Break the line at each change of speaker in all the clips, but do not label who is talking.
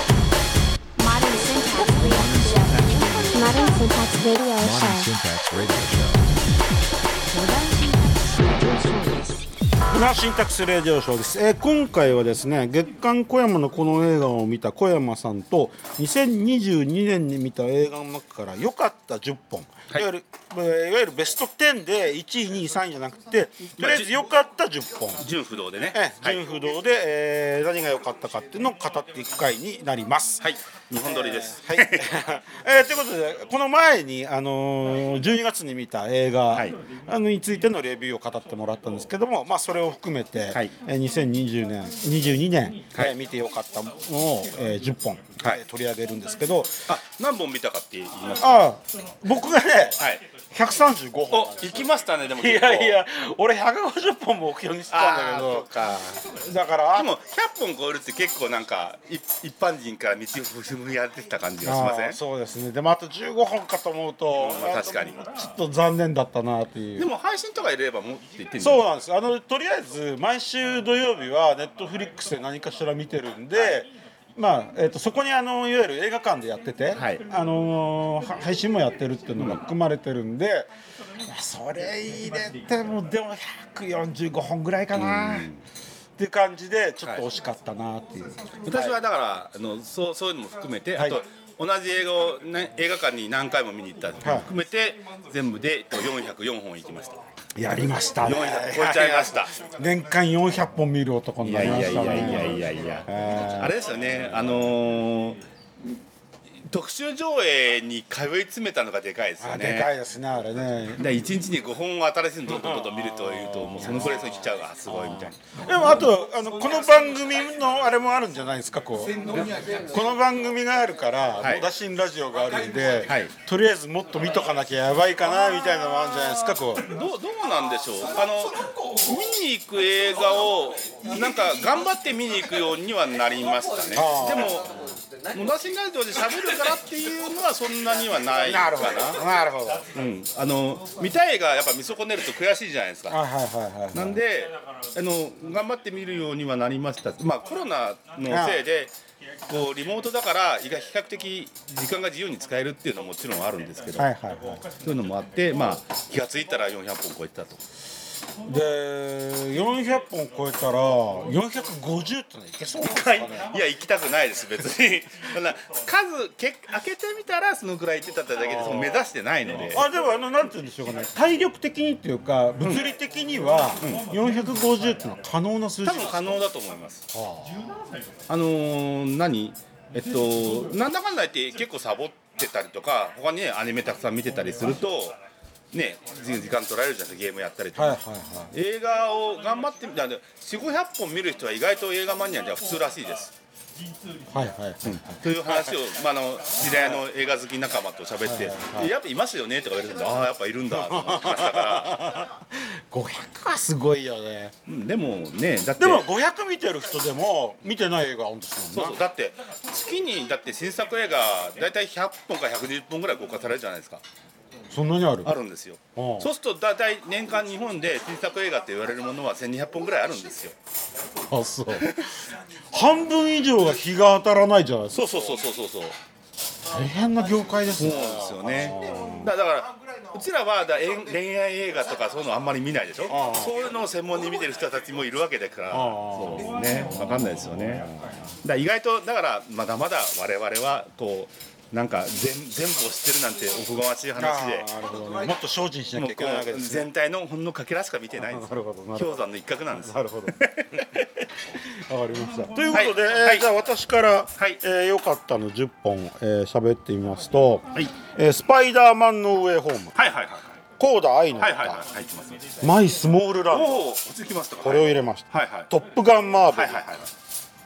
Modern Syntax Radio Show. Modern Syntax Radio Show.
Modern Syntax Radio Show.
なシンタックスレディオショーです、えー今回はですね月刊小山のこの映画を見た小山さんと2022年に見た映画の中から良かった10本、い、わゆるえーいわゆるベスト10で1位2位3位じゃなくてとりあえず良かった10本、
純不動でね、
え
はい
ー、純不動で、えー何が良かったかっていうのを語っていく回になります。
はい、日本撮りです、
はい、 えーということでこの前に、あのー12月に見た映画、
はい
あのについてのレビューを語ってもらったんですけども、まあ、それを含めて、
はい
えー2020年22年、
はい
えー見てよかったものを、えー10本、
はい
えー取り上げるんですけど
あ何本見たかって言います
あー僕がね、
はい
135
お
本。
行きましたねでも
いやいや俺150本目標にしてたんだ
あー
け
そ
ど
うか
だから
でも100本超えるって結構なんかい一般人から道を踏みやってた感じがしませ
あー
ん
そうですねでもあと15本かと思うと、
まあ確かに
ちょっと残念だったなっていう
でも配信とか入れればもうって言ってんじゃん
そうなんですあのとりあえず毎週土曜日はネットフリックスで何かしら見てるんで、まあえー、とそこにあのいわゆる映画館でやってて、
はい
あのーは配信もやってるっていうのが含まれてるんで、まあそれ入れてもでも145本ぐらいかな、っていう感じでちょっと惜しかったなっていう、
私はだから、あのそうそういうのも含めて、
はい
あと同じ映画を、ね、映画館に何回も見に行ったのも含めて、全部でえっと404本行きました
やりましたね
400超えちゃいました
年間400本見る男に
い
な
やい
りま
やい
したね
やいやいやいやあれですよねあのー特集上映に通い詰めたのがでかいですよ
あ
ね
でかいですねあれね
で一日に5本新しいのどんどんどんどん見るというともうそのくらいそれ来ちゃうわすごいみたいな
でもあとあのこの番組のあれもあるんじゃないですかこうこの番組があるから
はい
野田新ラジオがあるんで、
はい
とりあえずもっと見とかなきゃやばいかなみたいなのもあるんじゃないですかこう
どうどうなんでしょうあの見に行く映画をなんか頑張って見に行くようにはなりましたね
あ
でも野田新ラジオで喋るからっていうのはそんなにはない
な
か
る
な
ほどなるほどはい
うん、あの見たい映画やっぱ見損ねると悔しいじゃないですか
はいはいはい
なんであの頑張って見るようにはなりました、まあ、コロナのせいでこうリモートだから比較的時間が自由に使えるっていうのはもちろんあるんですけど、
はいはいは
そういうのもあって、まあ、気が付いたら400本超えてたと
いで400本超えたら450ってのいけそうなんですかね
いや行きたくないです別に そんな数け開けてみたらそのくらい行ってただけでその目指してないので
あでもあのなんて言うんでしょうかね体力的にっていうか物理的には450ってのは可能な数字
多分可能だと思いますあのー何えっとなんだかんだ言って結構サボってたりとか他にねアニメたくさん見てたりするとね時時間取られるじゃないですかゲームやったりとか、
はいはいはい
映画を頑張ってみたら4500本見る人は意外と映画マニアでは普通らしいです
はいはいはい、
という話を、まあ、あの知り合いの映画好き仲間と喋って「やっぱいますよね」とか言われてああやっぱいるんだ」と思ってましたから、
500はすごいよね
うんでもねだって
でも500見てる人でも見てない映画あるんです
そ
も
うんそ
ね
うだって月にだって新作映画大体100本から120本ぐらい公開されるじゃないですか
そんなにある
あるんですよ
ああ
そうすると大体年間日本で新作映画って言われるものは1200本ぐらいあるんですよ
あそう半分以上が日が当たらないじゃないですか
そうそうそうそうそうそう
大変な業界ですね
そうですよねだだからうちらはだえん恋愛映画とかそういうのあんまり見ないでしょ
ああ
そういうのを専門に見てる人たちもいるわけだからそうですね分かんないですよねだ意外とだからまだまだ我々はこうなんか全全部を知ってるなんておこがましい話で
あーなるほどねもっと精進しな
も
き
う
ゃい
こ
けないわけ
う
ですね
全体のほんのかけらしか見てないんです
なるほどなるほど
氷山の一角なんですよ
なるほどわかりましたということで、
はい
えー
はい
じゃあ私から、
はい
えー良かったの10本えー喋ってみますと、
い
えースパイダーマンの上ホーム
はいはいはい
コーダ愛の歌、
はいはいはいはい入ってますね
マイスモールランド
おお落ちてきましたか
これを入れました、
はいはい
トップガンマーヴェリック
はいはいはい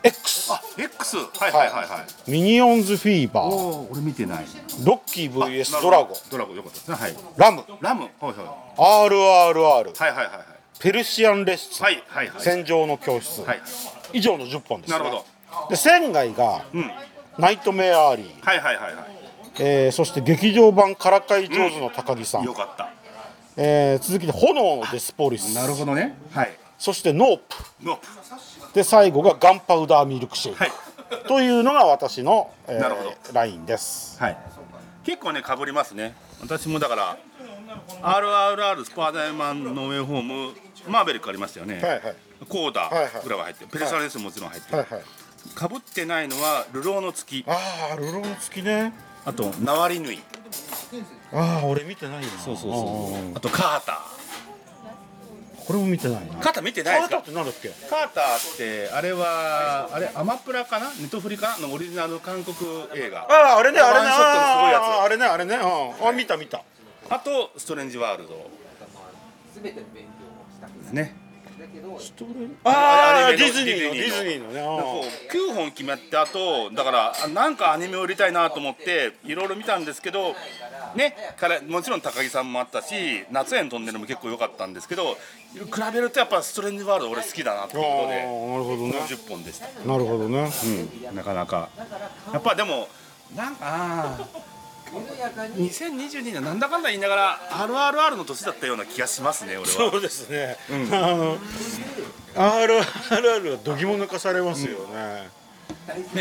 X
あ X はいはいはいはい
ミニオンズフィーバ
お
ー
お俺見てない
ロッキー VS ドラゴン
ドラゴンよかったですねはい
ラム
ラムはいは
RRR
いはいはいはいはい
ペルシアンレッスン、
はいはいはい
戦場の教室、
はい
以上の10本です、ね、
なるほ
で仙外が、
うん
ナイトメアアリー、
はいはいはいは
えーそして劇場版からかい上手の高木さん、
いよかった
えー続きで「炎のデスポリス」
なるほどねはい
そして「ノープ
の」
で最後が「ガンパウダーミルクシェイク」
はい
というのが私の、えー
なるほど
ラインです。
はい結構ねかぶりますね私もだから「RRR スパーダイマンノーウェイホーム」マーベリックありましたよね、
はいはい
コーダ、
はいはい
グラが入ってるペルソナレスももちろん入ってる、
はいはい、
かぶってないのは「流浪の月」
ああルロン付きね
あと「ナワリヌイ」
ああ俺見てないな
そうそう
あ
そう
ー
あと「カーター」
これも見てないな
カーター見てない
カ
で
ー
す
タ
か
ーってなんだっけ
カーターってあれはあれアマプラかなネットフリかなのオリジナルの韓国映画
あああれねあれ
ワ
ね
ンショットのすごいやつ
あーあれねあれねうんあ見た見た
あとストレンジワールドですね。
あ
あ
あ
れ
デ
アニメ
ィ
の
ズニーのデ
ディ
ィ
ズ
ズ
ニ
ニ
ー
ーのねあ
こう
ー
9本決まってあとだからあなんかアニメを売りたいなと思っていろいろ見たんですけどねからもちろん高木さんもあったし夏へのトンネルも結構良かったんですけど比べるとやっぱストレンジワールド俺好きだなって
あー
いうことで
なるほどね
50本でした。
なるほどね
なかなかやっぱでもなんかあー2022年なんだかんだ言いながら RRR の年だったような気がしますね俺は
そうですねあの RRR はどぎも抜かされますよね
ね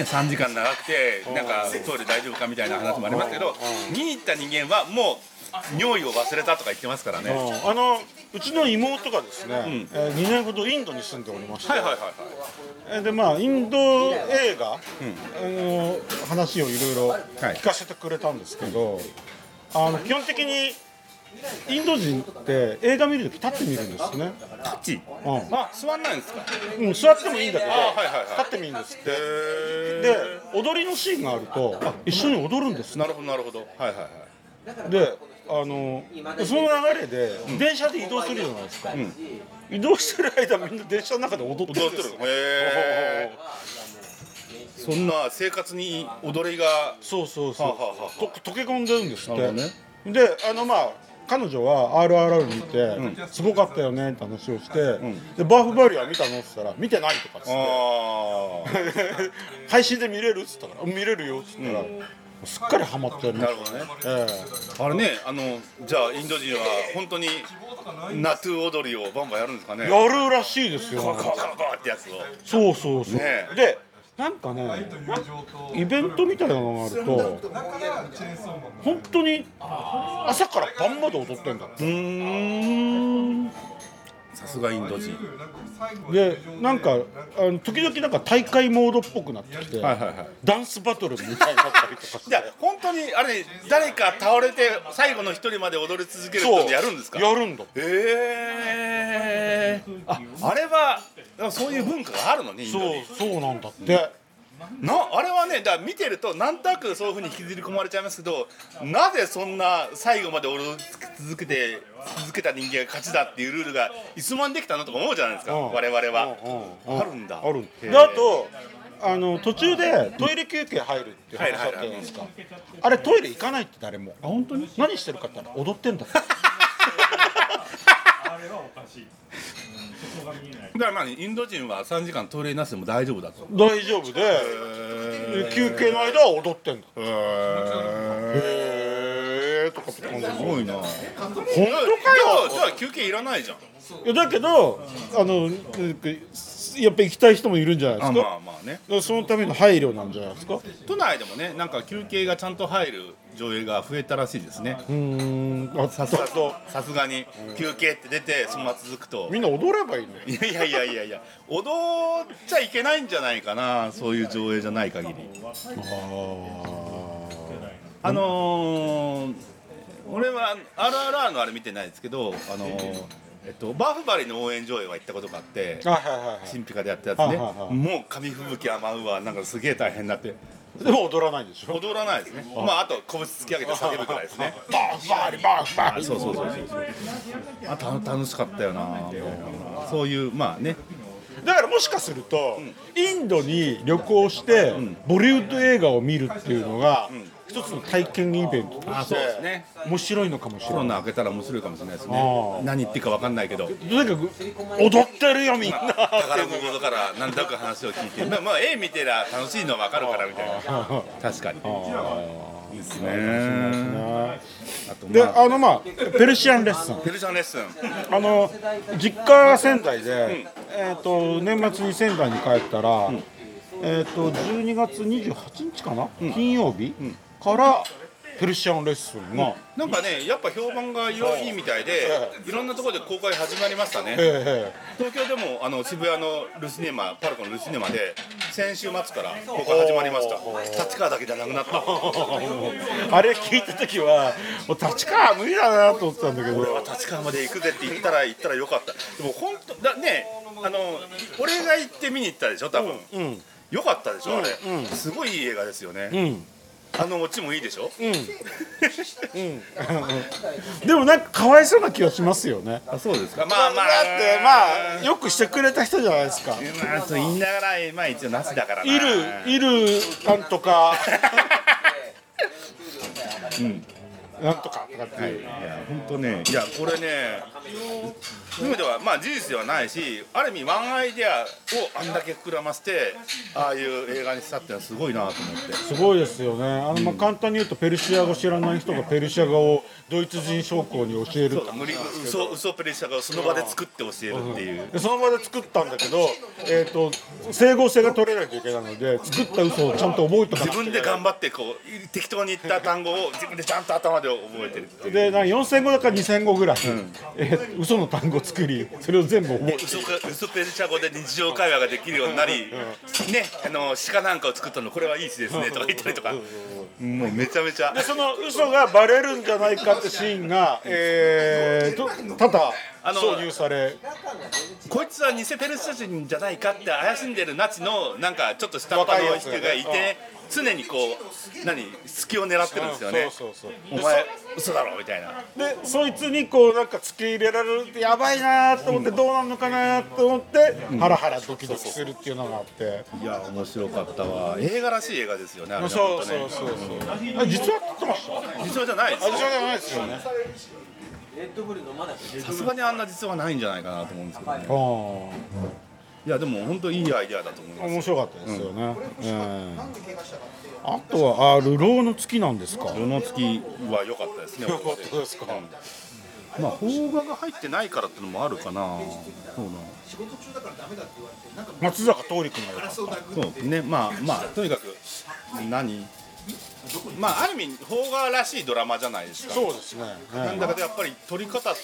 3時間長くてなんかトイレ大丈夫かみたいな話もありますけど見に行った人間はもう尿意を忘れたとか言ってますからね
う
はい
んあのうちの妹がですねえー二年ほどインドに住んでおりまして
はいはいはい
えーでまあインド映画、あの話をいろいろ聞かせてくれたんですけど、あの基本的にインド人って映画見るとき立って見るんですね、
タッチ
うん
あ座んないんですか
うん、座ってもいいんだけど、
あはいはいはい
立ってもいいんですって
へー
で踊りのシーンがあるとあ一緒に踊るんです
なるほどなるほどはいはいはい
であのその流れで電車で移動するじゃないですか、移動してる間みんな電車の中で踊っ
踊
て
って
るん
る
ですよ
へえそんな生活に踊りが
そうそうそう、
はあはあはあ
と溶け込んでるんですっ
な
て、
るほど
であのまあ彼女は RRR 見て、すごかったよねって話をして、でバーフバリア見たのって言ったら見てないとかっつって
ああ
配信で見れるっつったから見れるよっつったら、すっかりハマってる
なるほどね
え
あれねあのじゃあインド人は本当にナトゥ踊りをバンバンやるんですかね
えやるらしいですよ
バカバカバカってやつを
そうそうそう、
ねえ
でなんかねイベントみたいなのがあると本当に朝から晩まで踊ってんだって
さすがインド人
でなんかあの時々なんか大会モードっぽくなってきて、
はいはいはい
ダンスバトルみたいになったりとかし て
じゃあ本当にあれ誰か倒れて最後の一人まで踊り続ける人でやるんですか
やるんだ
ええああれはそういう文化があるのねインド
そ
に
うそうなんだって
なあれはねだから見てるとなんとなくそういうふうに引きずり込まれちゃいますけどなぜそんな最後まで踊り続けて続けた人間が勝ちだっていうルールがいつまんできたのとか思うじゃないですか、
うん
我々は、
うんう
あるんだ
あるん
へえ
だであとあの途中でトイレ休憩入るっていう話あったじゃないですかあれトイレ行かないって誰も本当に何してるかって言ったら踊ってんだって
だからまあインド人は3時間トイレなしでも 大丈夫だと
大丈夫で休憩の間は踊ってんだ
へえ
へえとかって感じ
すごいな本
本当かよ
じゃあ休憩いらないじゃん
いやだけどあのなんかやっぱ行きたい人もいるんじゃないで
あ
すかだか
まあまあね
らそのための配慮なんじゃないですか
都内でもねなんか休憩がちゃんと入る上映が増えたらしいですね
うーんあさ
さ
す
す
が
がとさすがに休憩って出てそのまま続くと
みんな踊ればいいのよ
いやいやいやいやいや踊っちゃいけないんじゃないかなそういう上映じゃない限りあのー、俺は「RRR」のあれ見てないですけどあのーえっと、バーフバリの応援上映は行ったことがあって
あはいはいは
神秘家でやったやつね、
はいはいはい
もう紙吹雪は舞うわなんかすげえ大変になって
いでも踊らないでしょ
踊らないですねまああと拳突き上げて叫ぶくらいですね
バーンバーンバーンバーン
そうそうそうそうあた楽しかったよなもうそういうまあね
だからもしかすると、インドに旅行して、ボリウッド映画を見るっていうのが、一つの体験イベントと
あ
して
そうですね
面白いのかもし
コ
れ
ロ
ない
ナ開けたら面白いかもしれないです
あ
ね
あ
何言ってるか分かんないけど
とにかく踊ってる よみんな
宝物だから何となく話を聞いてまあまあ絵見てりゃ楽しいの分かるからみたいな確かにいいですね。あと、
で
まあ、
あのまあペルシアンレッスン
ペルシャンレッスン。
あの実家仙台で、えー、と年末に仙台に帰ったら、えー、と12月28日かな、金曜日、からペルシアンレッスンが、
なんかね、やっぱ評判が良いみたいで、いろんなところで公開始まりましたね。
え
東京でもあの渋谷のルシネマパルコのルシネマで先週末から公開始まりました立川だけじゃなくなった
えあれ聞いた時はもう立川は無理だなと思ってたんだけ
俺は
ど
立川まで行くぜって言ったら行ったらよかったでも本当だねあの俺が行って見に行ったでしょ多分、
うん
よかったでしょあれ、
うんうん
すごいいい映画ですよね、
うん
あのオチもいいでしょ、
でもなんかかわいそうな気がしますよね
あそうですかまあまあ
だってまあよくしてくれた人じゃないですか
まあそう言いながらまあ一応なしだからない
るいるなんとかなんとかとかっていう
いや本当ねいやこれねそういう意味ではまあ事実ではないしある意味ワンアイデアをあんだけ膨らませてああいう映画にしたってのはすごいなと思って
すごいですよね。あのまあ簡単に言うとペルシア語知らない人がペルシア語をドイツ人将校に教える
無理嘘嘘プレッシャーがその場で作って教えるっていう
でその場で作ったんだけど、えー、と整合性が取れなきゃいけないので作った嘘をちゃんと覚えとかな
自分で頑張ってこう適当に言った単語を自分でちゃんと頭で覚えてるっていう
でなんか4000語だから2000語ぐらい、えー嘘の単語を作りそれを全部覚え
で嘘か嘘ペルシャ語で日常会話ができるようになり、ね、あの鹿なんかを作ったのこれはいい詩ですねとか言ったりとか、もうめちゃめちゃ
でその嘘がバレるんじゃないかってシーンが、えー、と多々
あの
挿入され
こいつは偽ペルシャ人じゃないかって怪しんでるナチのなんかちょっと下っ端の人がい
若いや
て常にこう何隙を狙ってるんですよね、
そうそうそう
お前嘘だろみたいな
でそいつにこうなんか突き入れられるってやばいなと思ってどうなるのかなと思ってハラハラドキドキするっていうのがあって
いや面白かったわ映画らしい映画ですよねあれね
そう
本当
そ
ね
うそうそうあ実は撮ってました
実話じゃないです
実話じゃないですよね
さすがにあんな実話ないんじゃないかなと思うんですけどね
ああ
いやでも本当いいアイデアだと思います
面白かったですよね、ええあとはあルローの月なんですか
世の月は良かったですね
良かったですか
まあ邦画が入ってないからってのもあるかなそうなの
松坂桃李君が良かった
そうですね、まあまあとにかく何まあある意味邦画らしいドラマじゃないですか。
そうですね、
なんだかでやっぱり撮り方と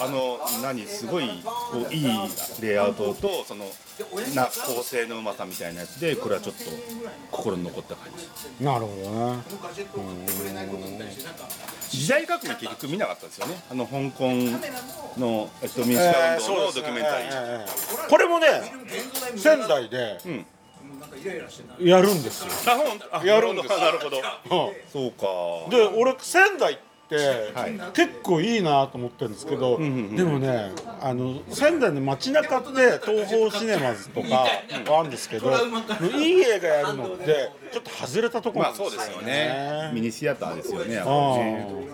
あの何すごいこういいレイアウトとそのな構成のうまさみたいなやつでこれはちょっと心に残った感じ。
なるほどね
時代革命結局見なかったですよね。あの香港のえっと民主化
えー
運動のドキュメンタリー。
えーこれもね仙台でやるんですよ、
あほんあ
やるんですよ
なるほど。
うん
そうか。
で俺仙台って、
はい
結構いいなと思ってるんですけど、でもねあの仙台の街中って東宝シネマズとかはあるんですけど、いい映画やるのってちょっと外れたところ
ま
な
あ
ん
そうですよね。ミニシアターですよね。やっぱりね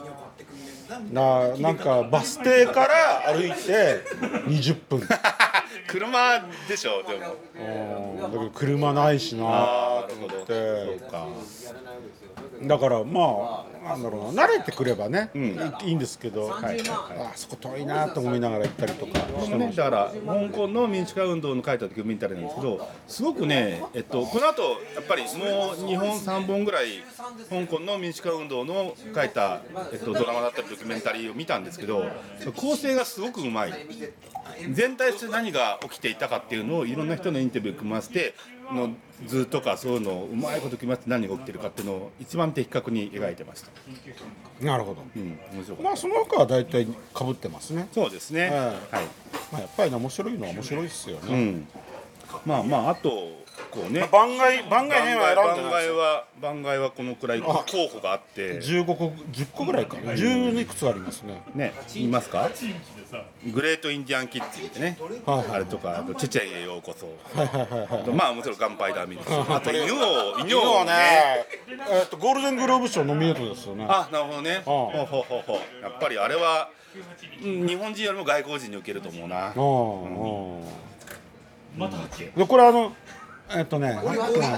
あななんかバス停から歩いて20分うんだ
車でしょでも
けど車ないしなと思っ
そう
て
か
だからまあなんだろうな慣れてくればね、
ん
いいいんですけど、
はいはいは
あそこ遠いなと思いながら行ったりとか
いね、だから香港の民主化運動の書いた時見たらなんですけどすごくね、えっと、この後やっぱりもう日本3本ぐらい香港の民主化運動の書いた、えっと、ドラマだったりドキュメンタリーを見たんですけど構成がすごくうまい全体として何が起きていたかっていうのをいろんな人のインタビュー組ませての図とかそういうのをうまいこと組ませて何が起きてるかっていうのを一番的確に描いてました、
なるほど
うん、面白かった
まあその他は大体かぶってますね、
そうですね、
はい
はい
まあ、やっぱりね面白いのは面白いですよね、
うん、まあまああとこうね
番外番外編は選んで
番
ない
外は番外はこのくらい候補があって
15個10個ぐらいかな10いくつありますね
ねいますかグレートインディアンキッチンってね、
はいはい
あれとかあとチェチェンへようこそ、
はいはいはいはい
あとまあもちろんガンパイダー ミルあと犬を犬
今日
を
は
ね
ねえっとゴールデングローブ賞ノミネートですよね
あなるほどねほ
あ
うほうほうほうやっぱりあれはうん日本人よりも外国人に受けると思うな
ああ、でこれあのえっとねなんだっけな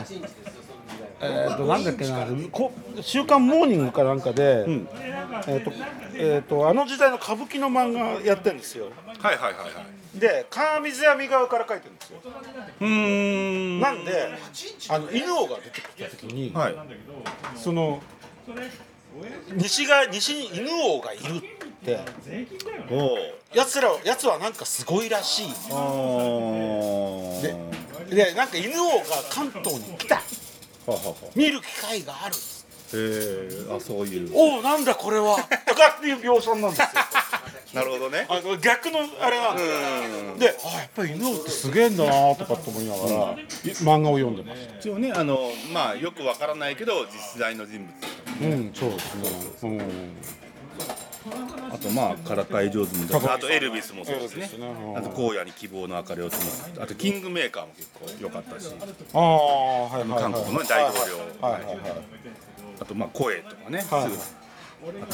えー、となんだっけなこ「週刊モーニング」かなんかで、
ん
えーとえー、とあの時代の歌舞伎の漫画やってるんですよ
はいはいはいはい
で川水や三河から書いてるんですよ
うーん
なんであの犬王が出てきた時に、
はい
その西が西に犬王がいるって
おう
やつらやつはなんかすごいらしい
あー
ででなんか犬王が関東に来た
ははは
見る機会がある
へえあそういう
おおなんだこれはとかっていう描写なんですよ
なるほどね
あの逆のあれなん
うん
であやっぱり犬王ってすげえんだなとかって思いながら、い漫画を読んでました
一応ねあのまあよくわからないけど実在の人物
うんそうですねうん
あとまあからかい上手みたいなあとエルビスもそうですね
そうですね
あと荒野に希望の明かりを灯すあとキングメーカーも結構良かったし
ああはいはいはい
韓国の大統領
はいはいはい
あとまあ声とかねすぐ
はい
あ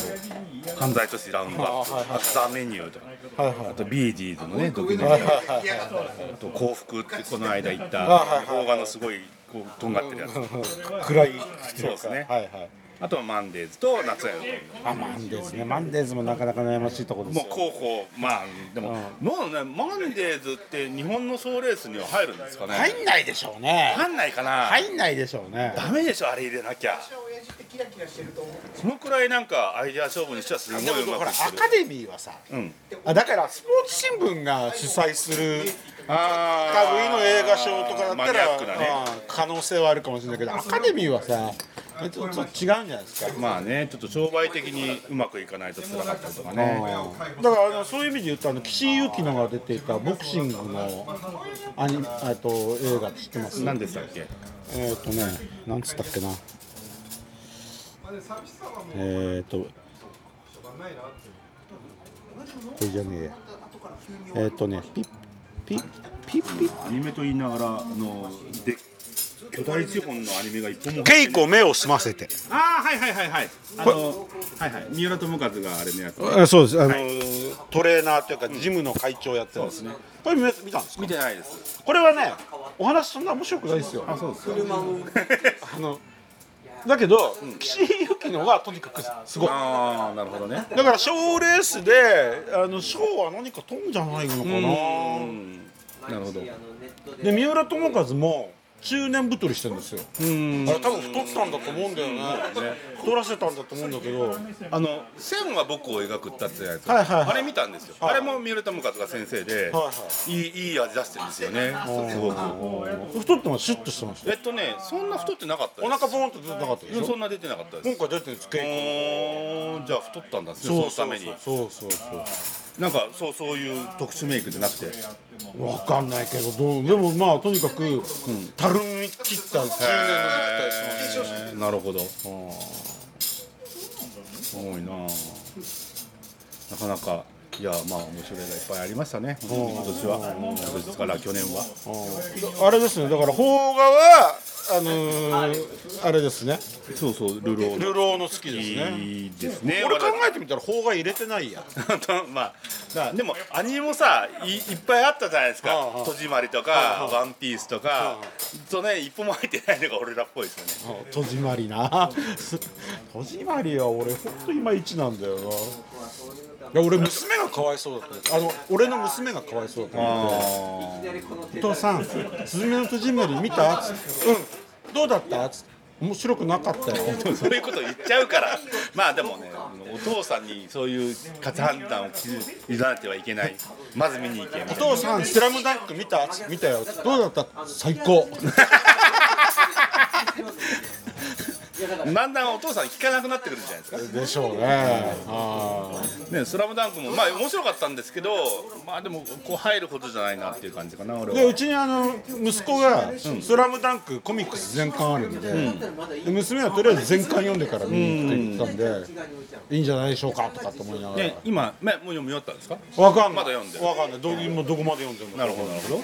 と犯罪都市ラウンドアップ
あはいはい
あとザ・メニューとか
はいはい
あとビーディーズのねドキュメンタ
はい
リー
はいはい
あと幸福ってこの間行った
あはいはい
邦画のすごいこうとんがってるやつ
暗い
そうですね
はいはい
あとはマンデーズと夏やの
あマンデーズねマンデーズもなかなか悩ましいところです
もう候
よ
補まあでももうねマンデーズって日本の賞レースには入るんですかね
入んないでしょうね
入んないかな
入んないでしょうね
ダメでしょあれ入れなきゃそのくらいなんかアイデア勝負にしてはすご
で
いう
も
まく
ほら
いっ
ア
て
カデミーはさ
るうん
あだからスポーツ新聞が主催する
あー
歌舞伎の映画賞とかだ
マ
った
ニ
ら
アックなね
うん可能性はあるかもしれないけどアカデミーはさちょっと違うんじゃないですか
まあねちょっと商売的にうまくいかないと辛かったりとかね
だからあのそういう意味で言うとあの岸井ゆきのが出ていたボクシングのアニえっと映画知ってます
何でしたっけ
えっ、とねなんつったっけなえっ、とこれじゃねえやえっ、とねピッピッピッピッ
アニメと言いながらあので巨大資本のアニメが一本も
稽古目を澄ませて
ああはいはいはいはいあのはいはい三浦友和があれのやつ
あそうですあの、トレーナーというかジムの会長やってるんですねこれ見見たんですか
見てないです
これはねお話そんな面白くないですよ
あそうですか
あのだけど、岸井ゆきのがとにかくすごい
ああなるほどね
だから賞レースであの賞は何か取るんじゃないのか
う
な、
んなるほどう
で三浦友和も中年太りしてるんですよ
ん
あれ多分太ってたんだと思うんだよね太らせたんだと思うんだけど
あの「線は僕を描く」ったってじゃないですか、
はいはいはい
あれ見たんですよ、あれも三浦友和が先生で、、
はい
いいい味出してるんですよねすごく
太ってますシュッとしてました
えっとねそんな太ってなかったで
お
す
腹ボーンと出てなかったでし
うん
ょ
そんな出てなかったです
今回出てるんです
お
け
ーじゃあ太ったんだねそのために
そうそうそう
なんかそうそういう特殊メイクじゃなくて
わかんないけどどうでもまあとにかく、たるみ切った中年の肉体してま
えーなるほどすごいなあなかなかいやまあ面白いがいっぱいありましたね本当に今年は昨日から去年は
すあれですねだから邦画はあのー、あれですね
そうそうルロー
流浪の好きですね
いいですね
俺考えてみたら邦画入れてないや
とまあだ からでもアニメもさいいっぱいあったじゃないですか
あああ
「
あ
戸締まり」と
あ
か「
あ
ワンピース」とかとね一歩も入ってないのが俺らっぽいですよね
戸締まりな 戸締まりは俺ほんと今一なんだよないや俺娘がかわいそうだったあの俺の娘がかわいそうだったお父さん「すずめの戸締まり見た?」つってうんどうだった?」つって面白くなかったよ
でもそういうこと言っちゃうからまあでもねお父さんにそういう価値判断を委ねてはいけないまず見に行けみた
お
い
父さん、スラムダンク見た見たよ。どうだった最高。
なだんだんお父さん聞かなくなってくるんじゃないですか
でしょうね。あ
ね「スラムダンクもまあ面白かったんですけどまあでもこう入るほどじゃないなっていう感じかな俺
ーで、う
は
ちにあの、息子が、スラムダンクコミックス全巻あるんで、で娘はとりあえず全巻読んでから見に行くって言ってたんで、いいんじゃないでしょうかとかと思いながら
ね。今まあもう読み終わったんですか
わかんな
ま
い。
だ読んでる
わかんない。ど、今どこまで読んでるの
なるほどなるほど、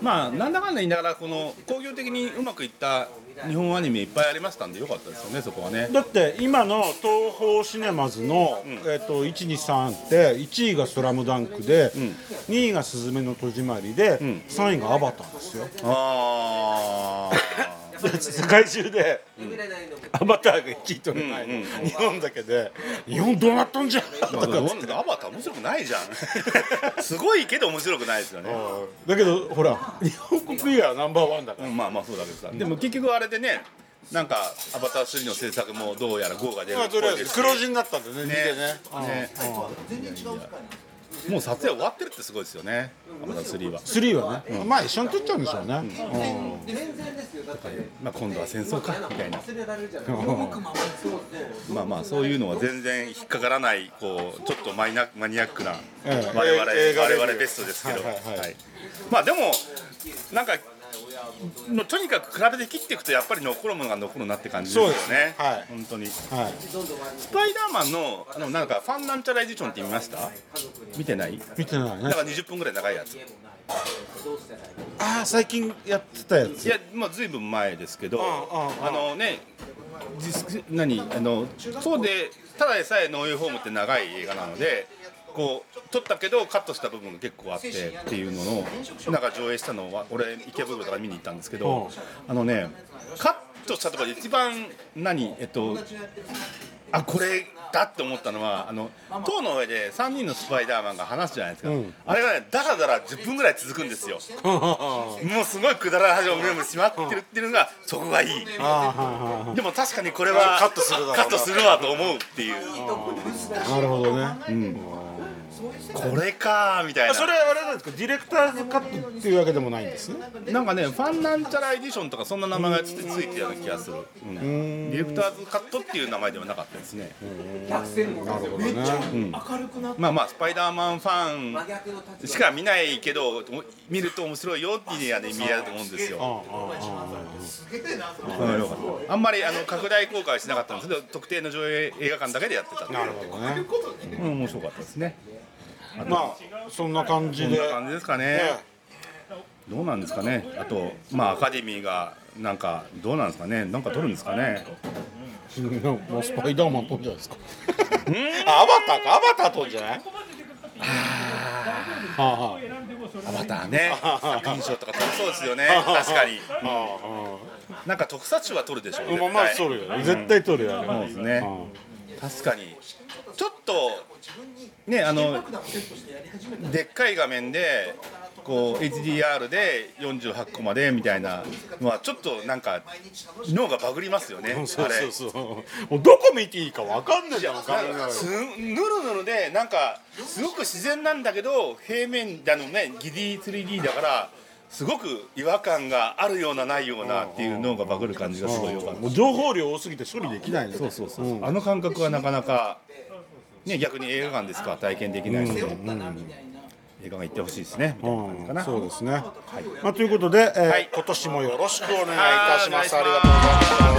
まあなんだかんだ言いながらこの工業的にうまくいった日本アニメいっぱいありましたんでよかったですよねそこはね
だって今の東宝シネマズの、えっと123って1位が「スラムダンクで、2位が「すずめの戸締まりで」三3位が「アバター」ですよ。
あ
世界中でアバターが聞いとれない、
うんうん
日本だけで日本どうなっとんじゃん
まあどうなんだアバター面白くないじゃ んすごいけど面白くないですよね、
だけどほら日本国以外はナンバーワンだから
うんまあまあそうだけどさでも結局あれでねなんかアバター3の制作もどうやら GO が出る
まあ
っぽ
とりあ
い
え
で
ず
す
黒字になったんでね見てね
ねもう撮影終わってるってすごいですよねアバター3は、
3はね、まあ一緒に撮っちゃうんでしょうね、
まあ、今度は戦争かみたいな
忘れられるじゃないですか。
まあまあそういうのは全然引っかからないこうちょっとマイナマニアックな我
ええ
々
映画レビュー
我々ベストですけど
はいはいはい
はいまあでもなんかのとにかく比べて切っていくとやっぱり残るものが残るなって感じですよ
そうです
ね
ねはい
本当にス
はい
パイダーマンのあのなんかファンナンチャライゼーションって見ました見てない
見てない
なん
ね
か20分ぐらい長いやつい
ああ最近やってたやつ
やまあ随分前ですけど
うんうんうん
あのね実何あのそうでただでさえノーユーホームって長い映画なのでこう撮ったけどカットした部分が結構あってっていうののなんか上映したのは俺池袋から見に行ったんですけどあのねカットしたところで一番何えっとあこれだって思ったのはあの塔の上で3人のスパイダーマンが話すじゃないですか、
うん
あれがねだらだら10分ぐらい続くんですよもうすごいくだらない話を目もしまってるっていうのがそこがいい
ああはいはいはい
でも確かにこれは
カットするだろうな
カットするわと思うっていう
なるほどね。
これかーみたいな
それはあれなんですか、ディレクターズカットっていうわけでもないんですね。
なんかねファンなんちゃらエディションとかそんな名前がつついてるような気がする、うんディレクターズカットっていう名前ではなかったですね、
めっちゃ明るくなって
まあまあスパイダーマンファ
真逆の
ン
立
し
場。
か見ないけど見ると面白いよっていうのはね見えると思うんですよ
ああ
あんまりあの拡大公開はしなかったんですけど特定の上映映画館だけでやってたんで
なるほどね。
うん面白かったですね
まあそんな感じ
こん
で。
な感じですかね、
え
どうなんですかねあとまあアカデミーがなんかどうなんですかねなんか取るんですかね
えもうスパイダーマン撮るんじゃないですか。あアバターか、アバター撮るんじゃない？ああはい
アバターね作品賞とか取りそうです よね確かに
ああ
なんか特撮賞は取るでしょう
ああ。まあ
絶
ま
対
あ撮るよね。絶対撮るよね。
そうですね確かにちょっとねあのでっかい画面でこう HDR で48個までみたいなのはちょっとなんか脳がバグりますよね
うんそ
あ
うそ
れ
うそう。もうどこ見ていいかわかんないじゃん。わかんない
すぬるぬるでなんかすごく自然なんだけど平面だのねギリ 3D だからすごく違和感があるようなないようなっていうのがバグる感じがすごいよかった
もう情報量多すぎて処理できないね。そうそうそう。
あの感覚はなかなか、ね、逆に映画館ですから体験できないので、映画館行ってほしいですねみたいな感じかな。
そうですね。まあということで、えー
はい
今年もよろしくお願いいたします。
はい
あ
お願いし
りがとうござい
ます
ました。